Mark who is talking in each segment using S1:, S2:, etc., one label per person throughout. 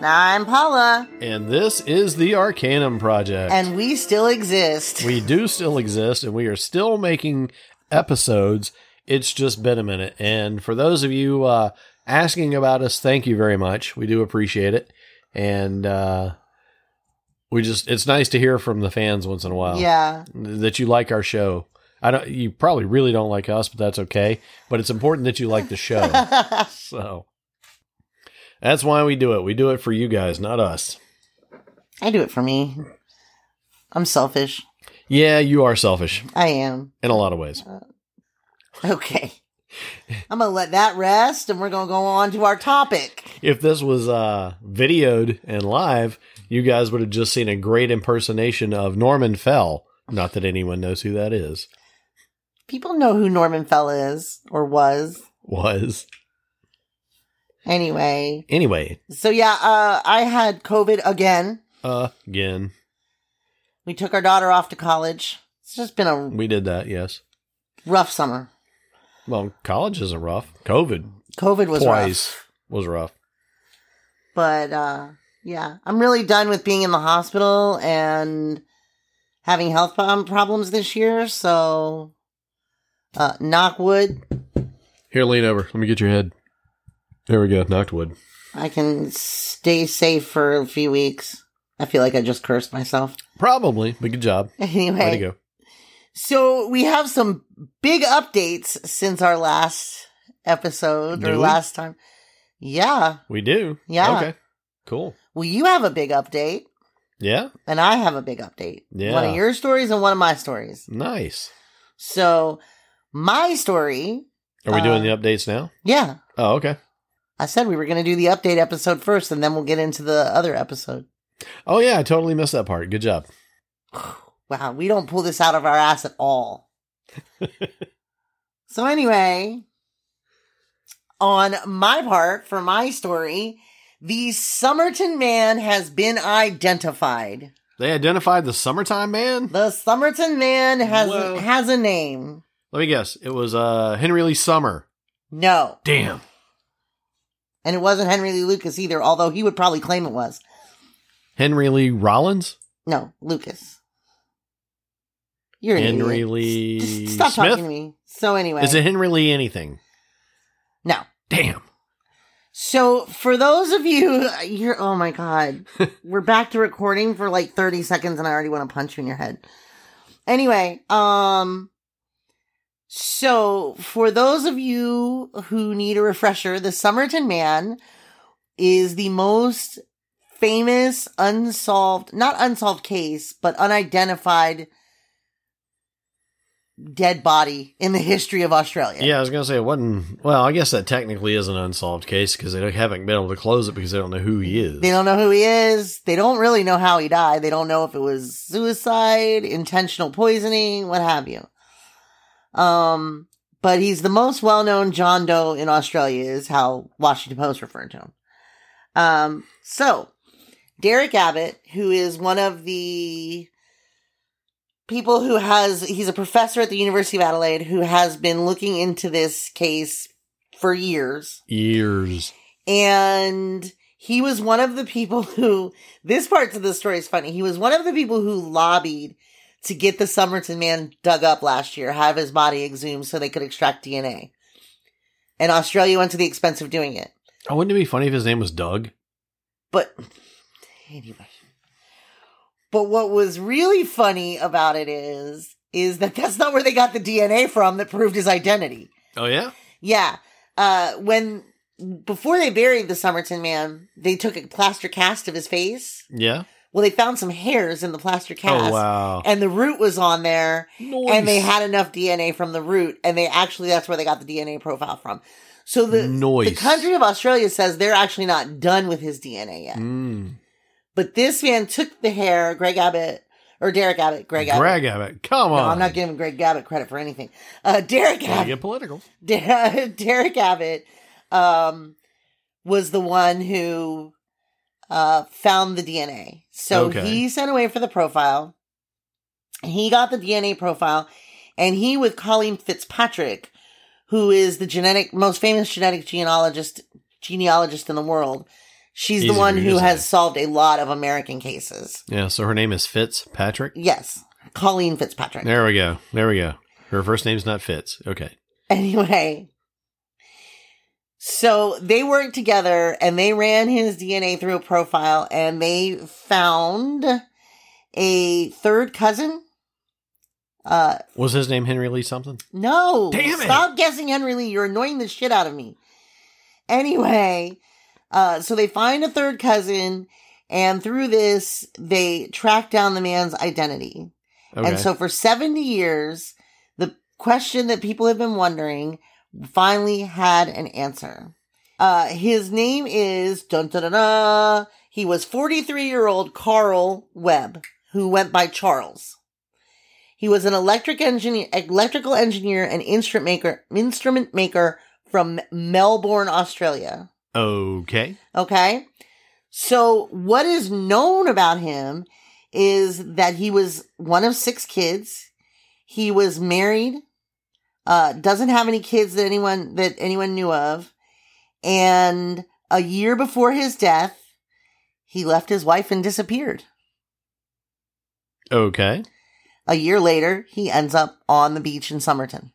S1: I'm Paula,
S2: And this is the Arcanum Project.
S1: and we still exist.
S2: we do still exist and we are still making episodes. It's just been a minute. And for those of you uh, asking about us, thank you very much. We do appreciate it. And uh, we just, it's nice to hear from the fans once in a while
S1: yeah,
S2: that you like our show. I don't, you probably really don't like us, but that's okay. But it's important that you like the show. so that's why we do it. We do it for you guys, not us.
S1: I do it for me. I'm selfish.
S2: Yeah, you are selfish
S1: I am.
S2: in a lot of ways.
S1: Okay. I'm going to let that rest and we're going to go on to our topic.
S2: If this was uh, videoed and live, you guys would have just seen a great impersonation of Norman Fell. Not that anyone knows who that is.
S1: People know who Norman Fell is or was.
S2: Was.
S1: Anyway,
S2: Anyway,
S1: so yeah, uh, I had COVID again.
S2: again,
S1: We took our daughter off to college. It's just been a
S2: we did that, yes.
S1: rough summer.
S2: Well, college is a rough. COVID
S1: COVID was rough.
S2: twice was rough.
S1: but uh yeah i'm really done with being in the hospital and having health pro- um, problems this year so uh knock wood
S2: Here, lean over. Let me get your head. There we go. Knocked wood.
S1: i can stay safe for a few weeks i feel like i just cursed myself
S2: Probably, but good job. Way to
S1: anyway
S2: go.
S1: so we have some big updates since our last episode
S2: Do
S1: or
S2: we?
S1: last time yeah
S2: We do.
S1: Yeah.
S2: Okay. Cool.
S1: well you have a big update
S2: Yeah.
S1: and i have a big update one
S2: Yeah.
S1: of your stories and one of my stories
S2: Nice.
S1: So, my story,
S2: Are we doing
S1: Uh,
S2: the updates now?
S1: yeah,
S2: Oh, okay.
S1: I said we were going to do the update episode first and then we'll get into the other episode.
S2: Oh yeah, I totally missed that part. Good job.
S1: Wow, we don't pull this out of our ass at all. so, anyway, on my part for my story, the Summerton man has been identified.
S2: They identified the summertime man.
S1: The Summerton man has
S2: Whoa.
S1: has a name.
S2: Let me guess. It was uh Henry Lee Summer.
S1: No.
S2: Damn.
S1: And it wasn't Henry Lee Lucas either, although he would probably claim it was.
S2: Henry Lee Rollins?
S1: No, Lucas. You're an
S2: Henry
S1: idiot.
S2: Lee
S1: S- s- Stop
S2: Smith?
S1: talking to me. So anyway,
S2: Is it Henry Lee anything?
S1: no.
S2: Damn.
S1: So for those of you, you're oh my god, we're back to recording for like 30 seconds, and I already want to punch you in your head. Anyway, um, so for those of you who need a refresher, the Summerton Man is the most famous unsolved, not unsolved case, but unidentified dead body in the history of Australia.
S2: Yeah, I was gonna say it wasn't. Well, I guess that technically is an unsolved case because they haven't been able to close it because they don't know who he is.
S1: They don't know who he is. They don't really know how he died. They don't know if it was suicide, intentional poisoning, what have you. Um, but he's the most well-known John Doe in Australia is how Washington Post referred to him. Um, so Derek Abbott, who is one of the people who has, he's a professor at the University of Adelaide who has been looking into this case for years
S2: Years.
S1: and he was one of the people who this part of the story is funny he was one of the people who lobbied to get the summerton man dug up last year have his body exhumed so they could extract dna and australia went to the expense of doing it
S2: Oh, wouldn't it be funny if his name was Doug?
S1: but anyway but what was really funny about it is is that that's not where they got the dna from that proved his identity
S2: Oh yeah.
S1: yeah. Uh, when before they buried the Summerton man, they took a plaster cast of his face.
S2: Yeah.
S1: Well, they found some hairs in the plaster cast.
S2: Oh wow.
S1: And the root was on there, and they had enough DNA from the root, and they actually that's where they got the DNA profile from. So the the
S2: Nice.
S1: country of Australia says they're actually not done with his DNA yet.
S2: Mm.
S1: But this man took the hair, Greg Abbott or Derek Abbott, Greg Abbott.
S2: Greg Abbott. Come
S1: no,
S2: on.
S1: I'm not giving Greg Abbott credit for anything. Uh, Derek
S2: Gotta
S1: Abbott.
S2: get political.
S1: Der- Derek Abbott um, was the one who uh, found the DNA. So
S2: Okay.
S1: he sent away for the profile. He got the DNA profile, and he, with Colleen Fitzpatrick, who is the genetic most famous genetic genealogist genealogist in the world, She's
S2: Easier,
S1: the one who
S2: isn't
S1: has
S2: it?
S1: solved a lot of American cases.
S2: Yeah, so her name is Fitzpatrick.
S1: Yes, Colleen Fitzpatrick.
S2: There we go. There we go. Her first name's not Fitz. Okay.
S1: Anyway, so they worked together and they ran his DNA through a profile and they found a third cousin. Uh,
S2: Was his name Henry Lee something?
S1: no.
S2: Damn it.
S1: Stop guessing, Henry Lee. You're annoying the shit out of me. Anyway, uh, so they find a third cousin, and through this, they track down the man's identity.
S2: Okay.
S1: And so for 70 years, the question that people have been wondering finally had an answer. Uh, his name is dun dun dun dun. He was 43 year old Carl Webb, who went by Charles. He was an electric engineer, electrical engineer and instrument maker, instrument maker from Melbourne, Australia.
S2: okay.
S1: Okay. So what is known about him is that he was one of six kids. He was married, uh, doesn't have any kids that anyone, that anyone knew of. And a year before his death, he left his wife and disappeared.
S2: Okay.
S1: A year later, he ends up on the beach in Somerton.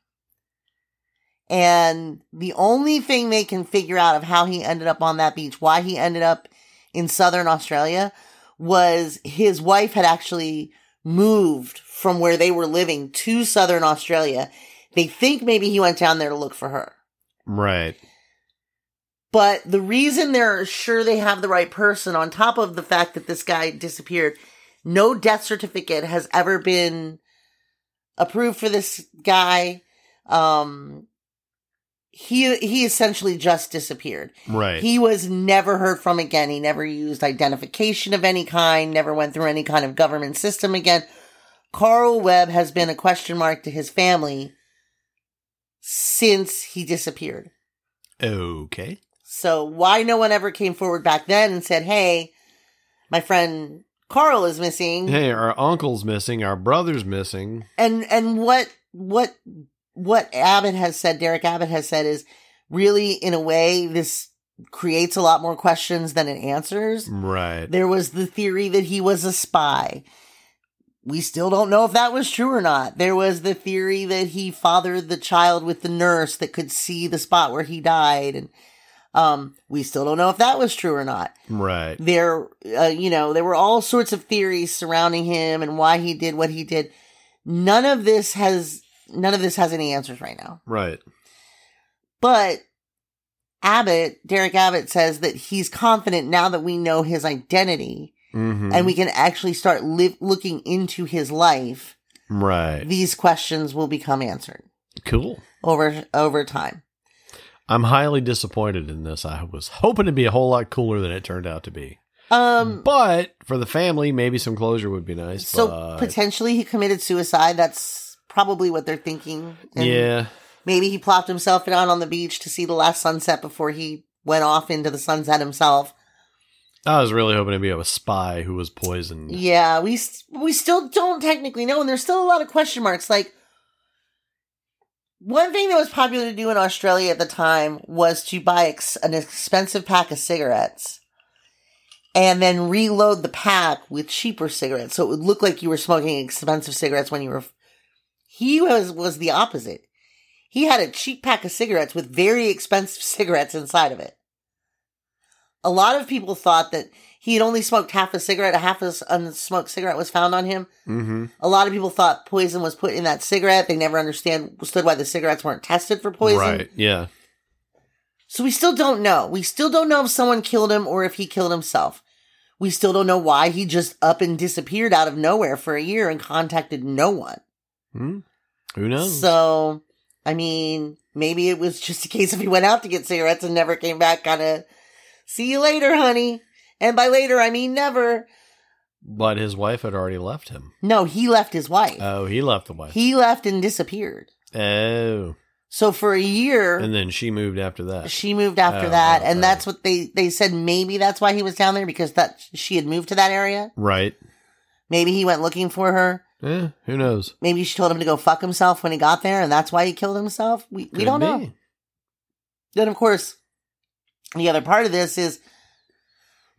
S1: And the only thing they can figure out of how he ended up on that beach, why he ended up in southern Australia, was his wife had actually moved from where they were living to southern Australia. They think maybe he went down there to look for her.
S2: Right.
S1: But the reason they're sure they have the right person, on top of the fact that this guy disappeared, no death certificate has ever been approved for this guy. Um, he he essentially just disappeared.
S2: Right.
S1: He was never heard from again. He never used identification of any kind, never went through any kind of government system again. Carl Webb has been a question mark to his family since he disappeared.
S2: okay.
S1: So why no one ever came forward back then and said, "Hey, my friend Carl is missing,"
S2: Hey, our uncle's missing. Our brother's missing.
S1: and and what what what Abbott has said, Derek Abbott has said, is really in a way this creates a lot more questions than it answers.
S2: Right.
S1: There was the theory that he was a spy. We still don't know if that was true or not. There was the theory that he fathered the child with the nurse that could see the spot where he died, and um, we still don't know if that was true or not.
S2: Right.
S1: there uh, you know there were all sorts of theories surrounding him and why he did what he did none of this has none of this has any answers right now
S2: Right.
S1: but abbott derek abbott says that he's confident now that we know his identity
S2: Mm-hmm.
S1: and we can actually start li- looking into his life
S2: right.
S1: these questions will become answered
S2: Cool.
S1: over over time
S2: I'm highly disappointed in this. I was hoping to be a whole lot cooler than it turned out to be.
S1: um
S2: But for the family, maybe some closure would be nice.
S1: so
S2: but-
S1: potentially he committed suicide that's probably what they're thinking and
S2: yeah,
S1: Maybe he plopped himself down on the beach to see the last sunset before he went off into the sunset himself.
S2: I was really hoping to be a spy who was poisoned.
S1: Yeah, we s- we still don't technically know, and there's still a lot of question marks. Like one thing that was popular to do in Australia at the time was to buy ex- an expensive pack of cigarettes and then reload the pack with cheaper cigarettes, so it would look like you were smoking expensive cigarettes when you were. He was was the opposite. He had a cheap pack of cigarettes with very expensive cigarettes inside of it a lot of people thought that he had only smoked half a cigarette, a half a s- unsmoked cigarette was found on him.
S2: Mm-hmm.
S1: A lot of people thought poison was put in that cigarette. They never understand stood why the cigarettes weren't tested for poison.
S2: Right. Yeah.
S1: So we still don't know. We still don't know if someone killed him or if he killed himself. We still don't know why he just up and disappeared out of nowhere for a year and contacted no one.
S2: Hmm? Who knows?
S1: So, I mean, maybe it was just a case if he went out to get cigarettes and never came back, kind of, see you later, honey. And by later, I mean never.
S2: but his wife had already left him.
S1: No, he left his wife.
S2: Oh, he left the wife.
S1: he left and disappeared.
S2: oh,
S1: So for a year,
S2: and then she moved after that.
S1: she moved after
S2: Oh,
S1: that, and
S2: okay.
S1: that's what they they said. Maybe that's why he was down there because that she had moved to that area.
S2: right.
S1: Maybe he went looking for her.
S2: Yeah. Who knows?
S1: Maybe she told him to go fuck himself when he got there, and that's why he killed himself. We we
S2: Could
S1: don't
S2: be.
S1: know. Then of course, the other part of this is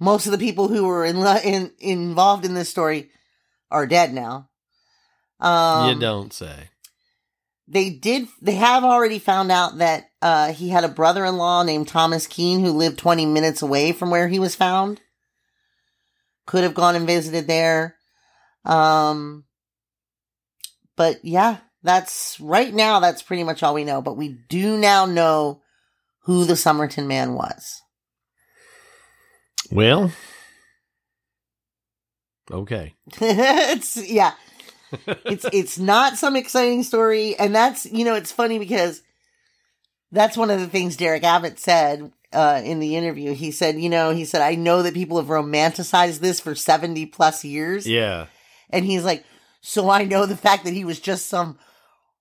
S1: most of the people who were in, in involved in this story are dead now. Um,
S2: you don't say.
S1: They did. They have already found out that uh, he had a brother-in-law named Thomas Keene who lived 20 minutes away from where he was found. Could have gone and visited there. Um, but yeah, that's right now. That's pretty much all we know. But we do now know who the Somerton man was.
S2: Well, okay.
S1: it's yeah. It's it's not some exciting story and that's you know it's funny because that's one of the things Derek Abbott said uh, in the interview. He said, you know, he said I know that people have romanticized this for 70 plus years
S2: Yeah.
S1: and he's like so I know the fact that he was just some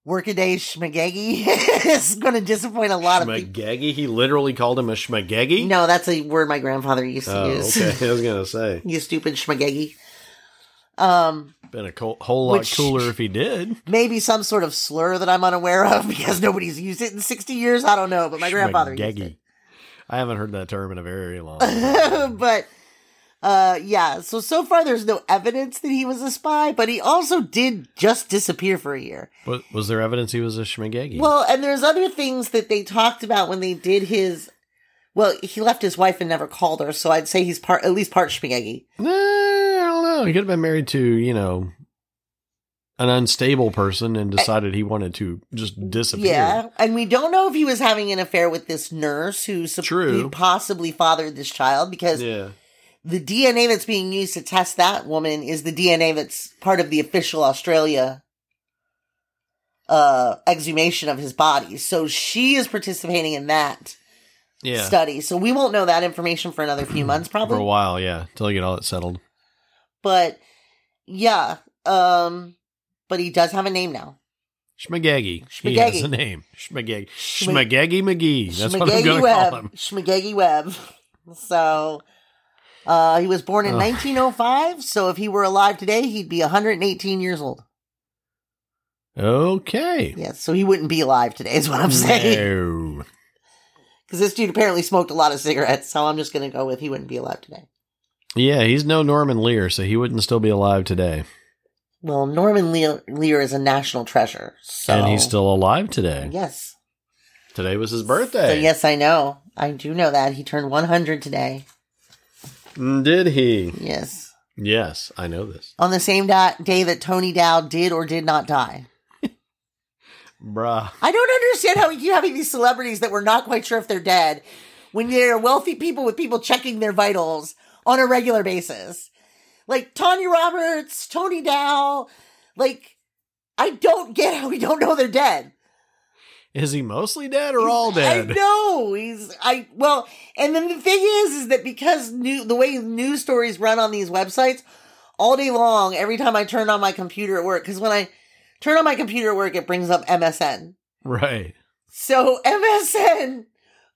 S1: workaday schmagegi is going to disappoint a lot of people.
S2: Schmagegi? He literally called him a schmagegi?
S1: No, that's a word my grandfather used to
S2: Oh,
S1: use.
S2: okay. I was going to say.
S1: you stupid schmagegi. Um
S2: Been a co- whole lot
S1: Which-
S2: cooler if he did.
S1: maybe some sort of slur that I'm unaware of because nobody's used it in 60 years. I don't know, but my grandfather used
S2: Schmagegi.
S1: it.
S2: I haven't heard that term in a very long time.
S1: but uh, yeah, so so far there's no evidence that he was a spy, but he also did just disappear for a year.
S2: was, was there evidence he was a schmagegi?
S1: Well, and there's other things that they talked about when they did his. Well, he left his wife and never called her, so I'd say he's part at least part Schmagegi.
S2: Nah, I don't know. He could have been married to, you know, an unstable person and decided he wanted to just disappear.
S1: Eh. Yeah, and we don't know if he was having an affair with this nurse who, sup-
S2: True.
S1: who possibly fathered this child because
S2: Yeah.
S1: the DNA that's being used to test that woman is the DNA that's part of the official Australia uh exhumation of his body. So she is participating in that
S2: Yeah.
S1: study. So we won't know that information for another few months
S2: For a
S1: probably.
S2: while, yeah. Until you get all that settled.
S1: But yeah, um but he does have a name now.
S2: Schmagegi. He has
S1: Schmagegi.
S2: a name. Schmagegi.
S1: Schma-
S2: Schmagegi McGee. That's what I'm
S1: Schmagegi
S2: going to
S1: Webb.
S2: call him.
S1: Schmagegi Webb. So uh he was born in
S2: Ugh.
S1: 1905, so if he were alive today, he'd be 118 years old.
S2: Okay.
S1: Yeah, so he wouldn't be alive today, is what I'm saying.
S2: No.
S1: Because this dude apparently smoked a lot of cigarettes, so I'm just going to go with he wouldn't be alive today.
S2: Yeah, he's no Norman Lear, so he wouldn't still be alive today.
S1: Well, Norman Lear, Lear is a national treasure, so
S2: And he's still alive today.
S1: yes.
S2: Today was his
S1: So
S2: birthday.
S1: yes, I know. I do know that he turned 100 today.
S2: Mm, Did he?
S1: Yes,
S2: Yes, I know this.
S1: on the same da- day that Tony Dow did or did not die.
S2: Bruh.
S1: I don't understand how we keep having these celebrities that we're not quite sure if they're dead when they're wealthy people with people checking their vitals on a regular basis. Like Tanya Roberts, Tony Dow, like I don't get how we don't know they're dead.
S2: Is he mostly dead or all
S1: I
S2: dead?
S1: know he's I well, and then the thing is, is that because new the way news stories run on these websites, all day long, every time I turn on my computer at work, because when I turn on my computer at work, it brings up MSN.
S2: Right.
S1: So MSN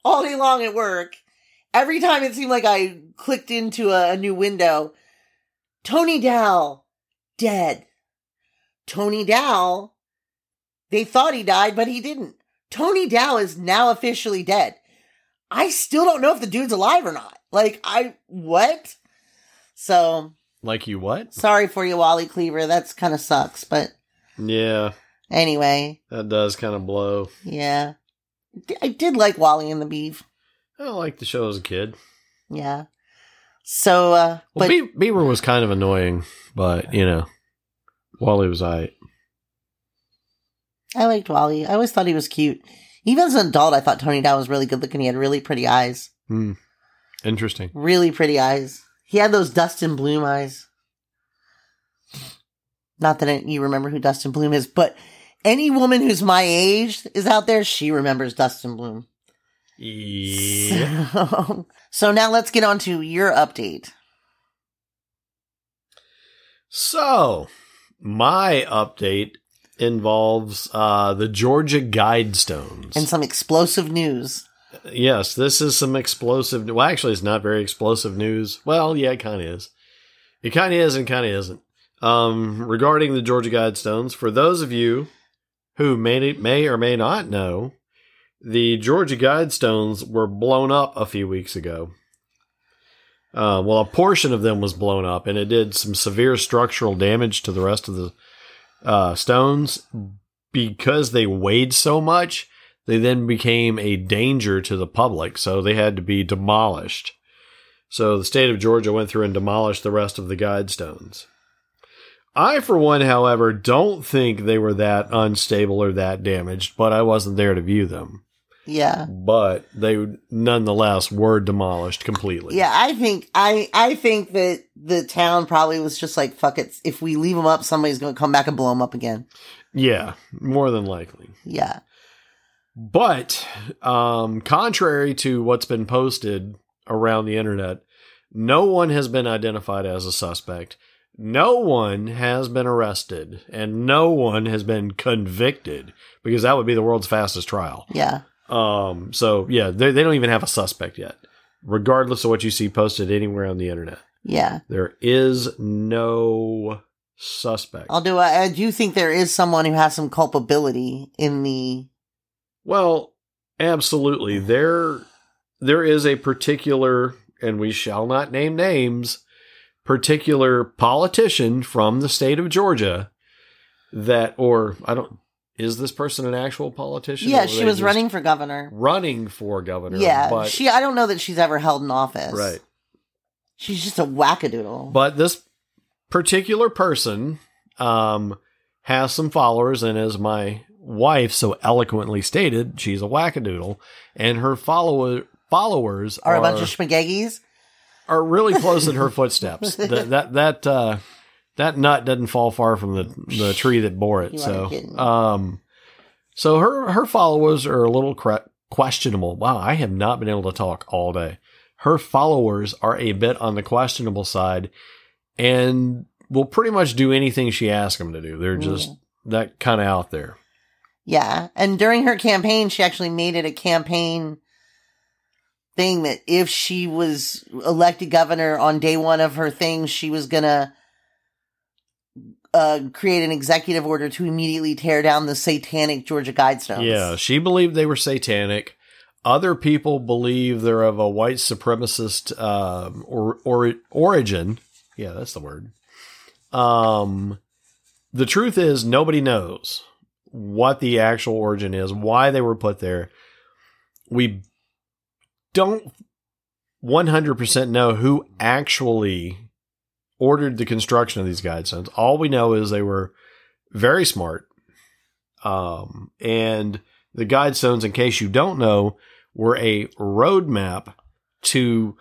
S1: all day long at work. Every time it seemed like I clicked into a, a new window, Tony Dow dead. Tony Dow, they thought he died, but he didn't. Tony Dow is now officially dead. I still don't know if the dude's alive or not. Like, I, what? So,
S2: Like you what?
S1: sorry for you, Wally Cleaver. That's kind of sucks, but
S2: Yeah,
S1: anyway,
S2: that does kind of blow.
S1: yeah. D- I did like Wally and the Beef.
S2: I don't like the show as a kid.
S1: Yeah. So, uh,
S2: Well,
S1: but
S2: Be- Beaver was kind of annoying, but you know, Wally was I.
S1: I liked Wally. I always thought he was cute. Even as an adult, I thought Tony Dow was really good looking. He had really pretty eyes.
S2: Hmm. Interesting.
S1: Really pretty eyes. He had those Dustin Bloom eyes. Not that you remember who Dustin Bloom is, but any woman who's my age is out there, she remembers Dustin Bloom.
S2: Yeah.
S1: So, so now let's get on to your update.
S2: So, my update involves uh, the Georgia Guidestones.
S1: And some explosive news.
S2: yes, this is some explosive. Well, actually, it's not very explosive news. Well, yeah, it kind of is. It kind of is and kind of isn't. Um, regarding the Georgia Guidestones, for those of you who may, may or may not know, the Georgia Guidestones were blown up a few weeks ago. Uh, well, a portion of them was blown up, and it did some severe structural damage to the rest of the uh, stones because they weighed so much. They then became a danger to the public, so they had to be demolished. So the state of Georgia went through and demolished the rest of the guide stones. I, for one, however, don't think they were that unstable or that damaged, but I wasn't there to view them.
S1: Yeah.
S2: But they nonetheless were demolished completely.
S1: Yeah, I think I I think that the town probably was just like fuck it. If we leave them up, somebody's gonna come back and blow them up again.
S2: Yeah, more than likely.
S1: Yeah,
S2: But um, contrary to what's been posted around the internet, no one has been identified as a suspect. No one has been arrested, and no one has been convicted because that would be the world's fastest trial.
S1: yeah,
S2: Um, so yeah, they they don't even have a suspect yet. Regardless of what you see posted anywhere on the internet,
S1: yeah.
S2: there is no suspect.
S1: Although uh, I, I do think there is someone who has some culpability in the
S2: Well, absolutely. There there is a particular and we shall not name names, particular politician from the state of Georgia that or I don't is this person an actual politician?
S1: yeah.
S2: Or
S1: She
S2: they
S1: was
S2: just
S1: running for governor.
S2: running for governor.
S1: yeah,
S2: but,
S1: she. I don't know that she's ever held an office.
S2: right.
S1: She's just a wackadoodle.
S2: But this particular person um, has some followers, and as my wife so eloquently stated, she's a wackadoodle, and her follower followers are
S1: or a bunch of schmageggies.
S2: are really close in her footsteps. that that that uh, that nut doesn't fall far from the the tree that bore it.
S1: You are
S2: so,
S1: kidding.
S2: um, so her her followers are a little cre- questionable. Wow, I have not been able to talk all day. Her followers are a bit on the questionable side, and will pretty much do anything she asks them to do. They're
S1: Mm.
S2: just that kind of out there.
S1: Yeah. And during her campaign, she actually made it a campaign thing that if she was elected governor on day one of her thing, she was going to uh, create an executive order to immediately tear down the satanic Georgia Guidestones.
S2: Yeah, she believed they were satanic. Other people believe they're of a white supremacist um, or, or origin. Yeah, that's the word. Um, the truth is, nobody knows what the actual origin is, why they were put there. We don't 100% know who actually ordered the construction of these guidestones. All we know is they were very smart. Um, and the guidestones, in case you don't know, were a roadmap to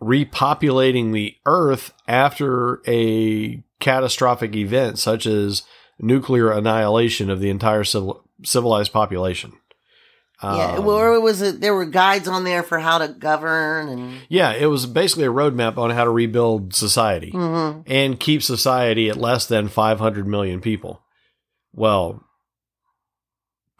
S2: repopulating the earth after a catastrophic event such as nuclear annihilation of the entire civil, civilized population.
S1: Yeah.
S2: Um,
S1: well, or was it there were guides on there for how to govern and.
S2: yeah, it was basically a roadmap on how to rebuild society
S1: Mhm.
S2: and keep society at less than 500 million people. Well,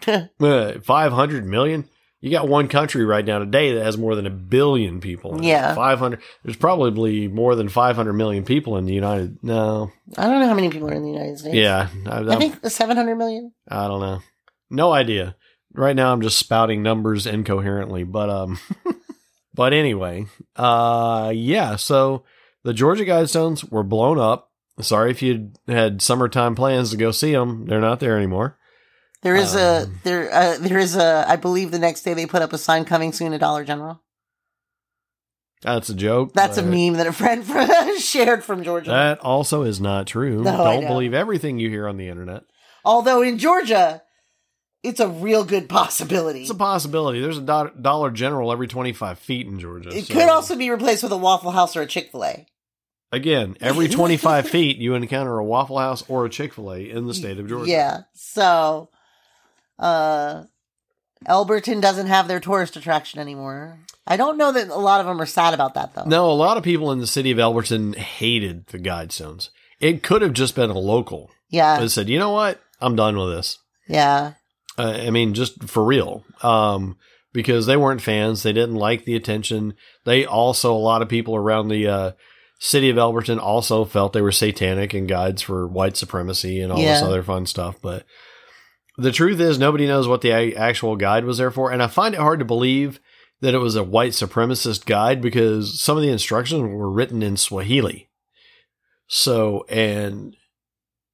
S2: uh, 500 million? You got one country right now today that has more than a billion people. in it.
S1: Yeah.
S2: 500. There's probably more than 500 million people in the United. No.
S1: I don't know how many people are in the United States.
S2: Yeah. I,
S1: I
S2: I'm-
S1: think 700 million.
S2: I don't know. No idea. Right now I'm just spouting numbers incoherently, but um but anyway, uh yeah, so the Georgia Guidestones were blown up. Sorry if you had summertime plans to go see them. They're not there anymore.
S1: There is a
S2: Um,
S1: there uh, there is a I believe the next day they put up a sign coming soon at Dollar General.
S2: That's a joke.
S1: That's a
S2: but
S1: meme that a friend from, shared from Georgia.
S2: That also is not true.
S1: No, I
S2: don't
S1: know.
S2: believe everything you hear on the internet.
S1: Although in Georgia, it's a real good possibility.
S2: It's a possibility. There's a do- Dollar General every 25 feet in Georgia.
S1: it
S2: so-
S1: could also be replaced with a Waffle House or a Chick Fil A.
S2: again every 25 feet you encounter a Waffle House or a Chick Fil A in the state of Georgia.
S1: Yeah. So, uh, Elberton doesn't have their tourist attraction anymore. I don't know that a lot of them are sad about that though.
S2: Now, a lot of people in the city of Elberton hated the Guidestones. It could have just been a local
S1: Yeah.
S2: that said, you know what? I'm done with this.
S1: Yeah.
S2: Uh, I mean, just for real. Um, because they weren't fans. They didn't like the attention. They also, a lot of people around the uh, city of Elberton also felt they were satanic and guides for white supremacy and all this
S1: Yeah.
S2: other fun stuff. But the truth is, nobody knows what the a- actual guide was there for. And I find it hard to believe that it was a white supremacist guide because some of the instructions were written in Swahili. So, and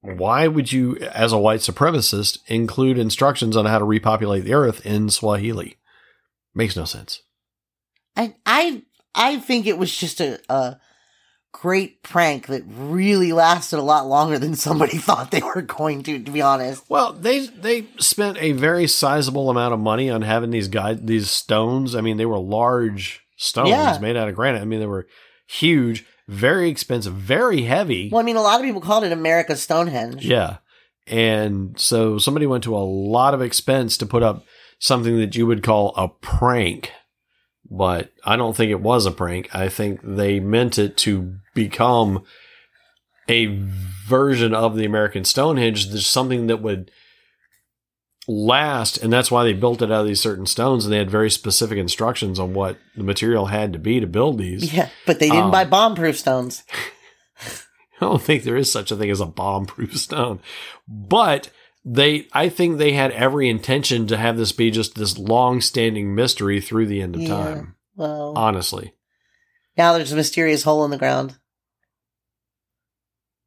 S2: why would you, as a white supremacist, include instructions on how to repopulate the earth in Swahili? Makes no sense.
S1: I I I think it was just a, a great prank that really lasted a lot longer than somebody thought they were going to. To be honest,
S2: Well, they they spent a very sizable amount of money on having these guide these stones. I mean, they were large stones
S1: Yeah.
S2: made out of granite. I mean, they were huge, very expensive, very heavy.
S1: well, I mean, a lot of people called it America's Stonehenge.
S2: Yeah. And so somebody went to a lot of expense to put up something that you would call a prank. But I don't think it was a prank. I think they meant it to become a version of the American Stonehenge. There's something that would last. And that's why they built it out of these certain stones. And they had very specific instructions on what the material had to be to build these.
S1: Yeah, but they didn't
S2: Um,
S1: buy bomb-proof stones.
S2: I don't think there is such a thing as a bomb proof stone. But they I think they had every intention to have this be just this long standing mystery through the end of
S1: Yeah.
S2: time.
S1: Well,
S2: uh, Honestly.
S1: now there's a mysterious hole in the ground.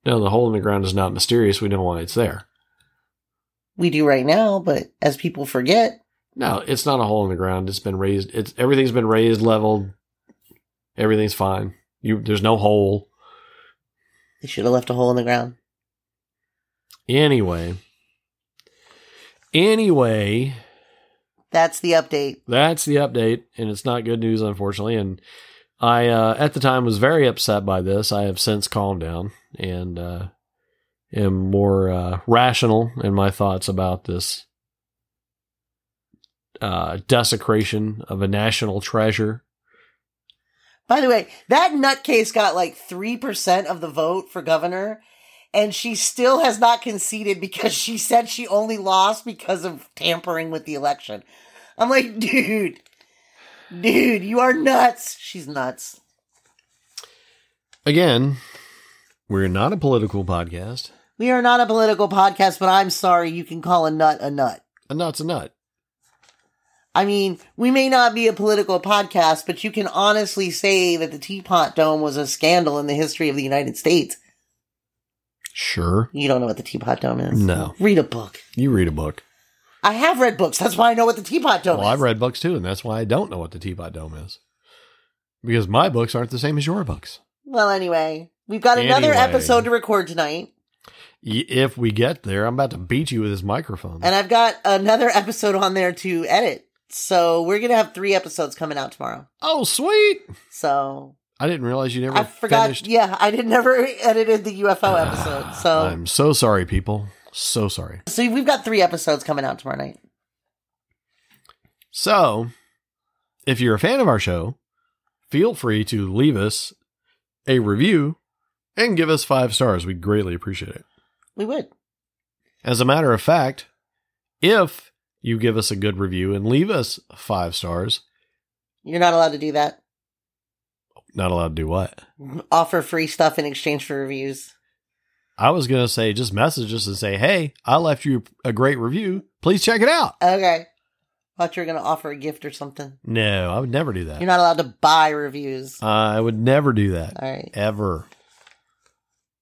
S2: No, the hole in the ground is not mysterious. We know why it's there.
S1: We do right now, but as people forget,
S2: No, it's not a hole in the ground. It's been raised it's everything's been raised, leveled. Everything's fine. You there's no hole.
S1: they should have left a hole in the ground.
S2: Anyway. Anyway,
S1: That's the update.
S2: that's the update and it's not good news unfortunately and i uh, at the time was very upset by this i have since calmed down and uh, am more uh, rational in my thoughts about this uh, desecration of a national treasure
S1: By the way, that nutcase got like 3% of the vote for governor, and she still has not conceded because she said she only lost because of tampering with the election. I'm like, dude, dude, you are nuts. She's nuts.
S2: again we're not a political podcast
S1: We are not a political podcast, but I'm sorry you can call a nut a nut.
S2: a nut's a nut
S1: I mean, we may not be a political podcast, but you can honestly say that the Teapot Dome was a scandal in the history of the United States.
S2: sure
S1: You don't know what the Teapot Dome is.
S2: No.
S1: Read a book.
S2: you read a book
S1: I have read books. That's why I know what the Teapot Dome
S2: well
S1: is.
S2: i've read books too and that's why i don't know what the teapot dome is because my books aren't the same as your books
S1: Well, anyway, we've got another
S2: Anyway.
S1: episode to record tonight,
S2: Y- If we get there, I'm about to beat you with this microphone.
S1: and I've got another episode on there to edit. So we're gonna have three episodes coming out tomorrow.
S2: oh, sweet!
S1: So
S2: I didn't realize you never
S1: I forgot.
S2: finished.
S1: Yeah, I did never edited the UFO episode. So
S2: I'm so sorry, people. So sorry.
S1: so we've got three episodes coming out tomorrow night.
S2: So, if you're a fan of our show, feel free to leave us a review and give us five stars. We'd greatly appreciate it.
S1: We would.
S2: As a matter of fact, if you give us a good review and leave us five stars,
S1: You're not allowed to do that.
S2: not allowed to do what?
S1: Offer free stuff in exchange for reviews.
S2: I was going to say, just message us and say, hey, I left you a great review. Please check it out.
S1: Okay. Thought you were gonna offer a gift or something.
S2: No, I would never do that. Uh,
S1: You're not allowed to buy reviews.
S2: I would never do that
S1: All right.
S2: ever.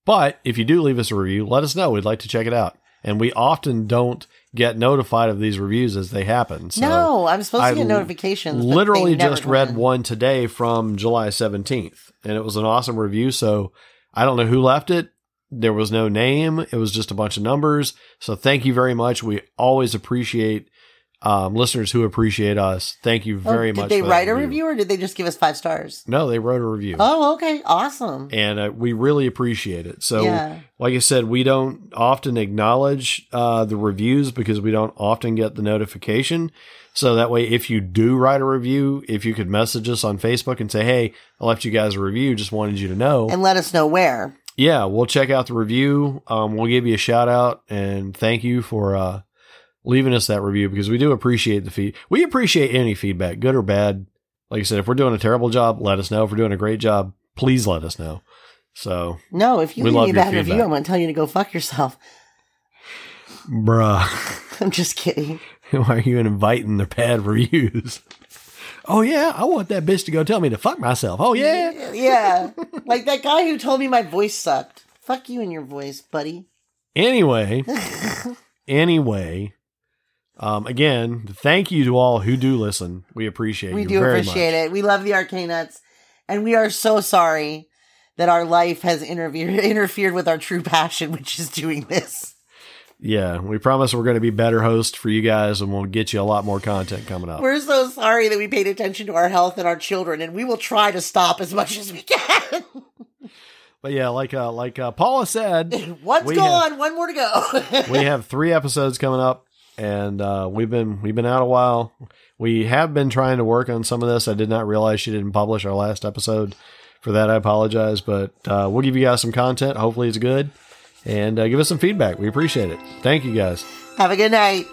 S2: But if you do leave us a review, let us know. We'd like to check it out. And we often don't get notified of these reviews as they happen. So
S1: no, I'm supposed
S2: I
S1: to get
S2: l-
S1: notifications. but
S2: literally
S1: they never
S2: just
S1: come
S2: read
S1: in.
S2: one today from July 17th, and it was an awesome review. So I don't know who left it. There was no name, it was just a bunch of numbers. So thank you very much. We always appreciate um, listeners who appreciate us. Thank you
S1: Oh,
S2: very
S1: did
S2: much.
S1: they
S2: for that
S1: write a review or did they just give us five stars?
S2: No, they wrote a review
S1: Oh, okay, awesome.
S2: and uh, we really appreciate it. So,
S1: yeah,
S2: like I said, we don't often acknowledge uh, the reviews because we don't often get the notification. So that way, if you do write a review, if you could message us on Facebook and say, "Hey, I left you guys a review. Just wanted you to know."
S1: and let us know where.
S2: yeah, we'll check out the review. Um, we'll give you a shout out and thank you for uh, leaving us that review because we do appreciate the feed. We appreciate any feedback, good or bad. Like I said, if we're doing a terrible job, let us know. If we're doing a great job, please let us know. So,
S1: No, if you
S2: We
S1: leave
S2: love
S1: me a
S2: your
S1: bad review,
S2: feedback.
S1: I'm going to tell you to go fuck yourself.
S2: bruh.
S1: I'm just kidding.
S2: Why are you inviting the bad reviews? Oh yeah, I want that bitch to go tell me to fuck myself. Oh yeah.
S1: Yeah. like that guy who told me my voice sucked. Fuck you and your voice, buddy.
S2: Anyway, anyway, um, again, thank you to all who do listen. We appreciate
S1: we
S2: you
S1: do
S2: very
S1: appreciate
S2: much.
S1: it. We love the Arcanuts, and we are so sorry that our life has interfered interfered with our true passion, which is doing this.
S2: Yeah, we promise we're going to be better hosts for you guys, and we'll get you a lot more content coming up.
S1: We're so sorry that we paid attention to our health and our children, and we will try to stop as much as we can.
S2: but yeah, like uh, like uh, Paula said,
S1: One's
S2: We
S1: gone, one more to go.
S2: we have three episodes coming up, and uh, we've been we've been out a while. We have been trying to work on some of this. I did not realize she didn't publish our last episode. For that, I apologize, but uh, we'll give you guys some content. Hopefully, it's good, and uh, give us some feedback. We appreciate it. Thank you, guys.
S1: have a good night.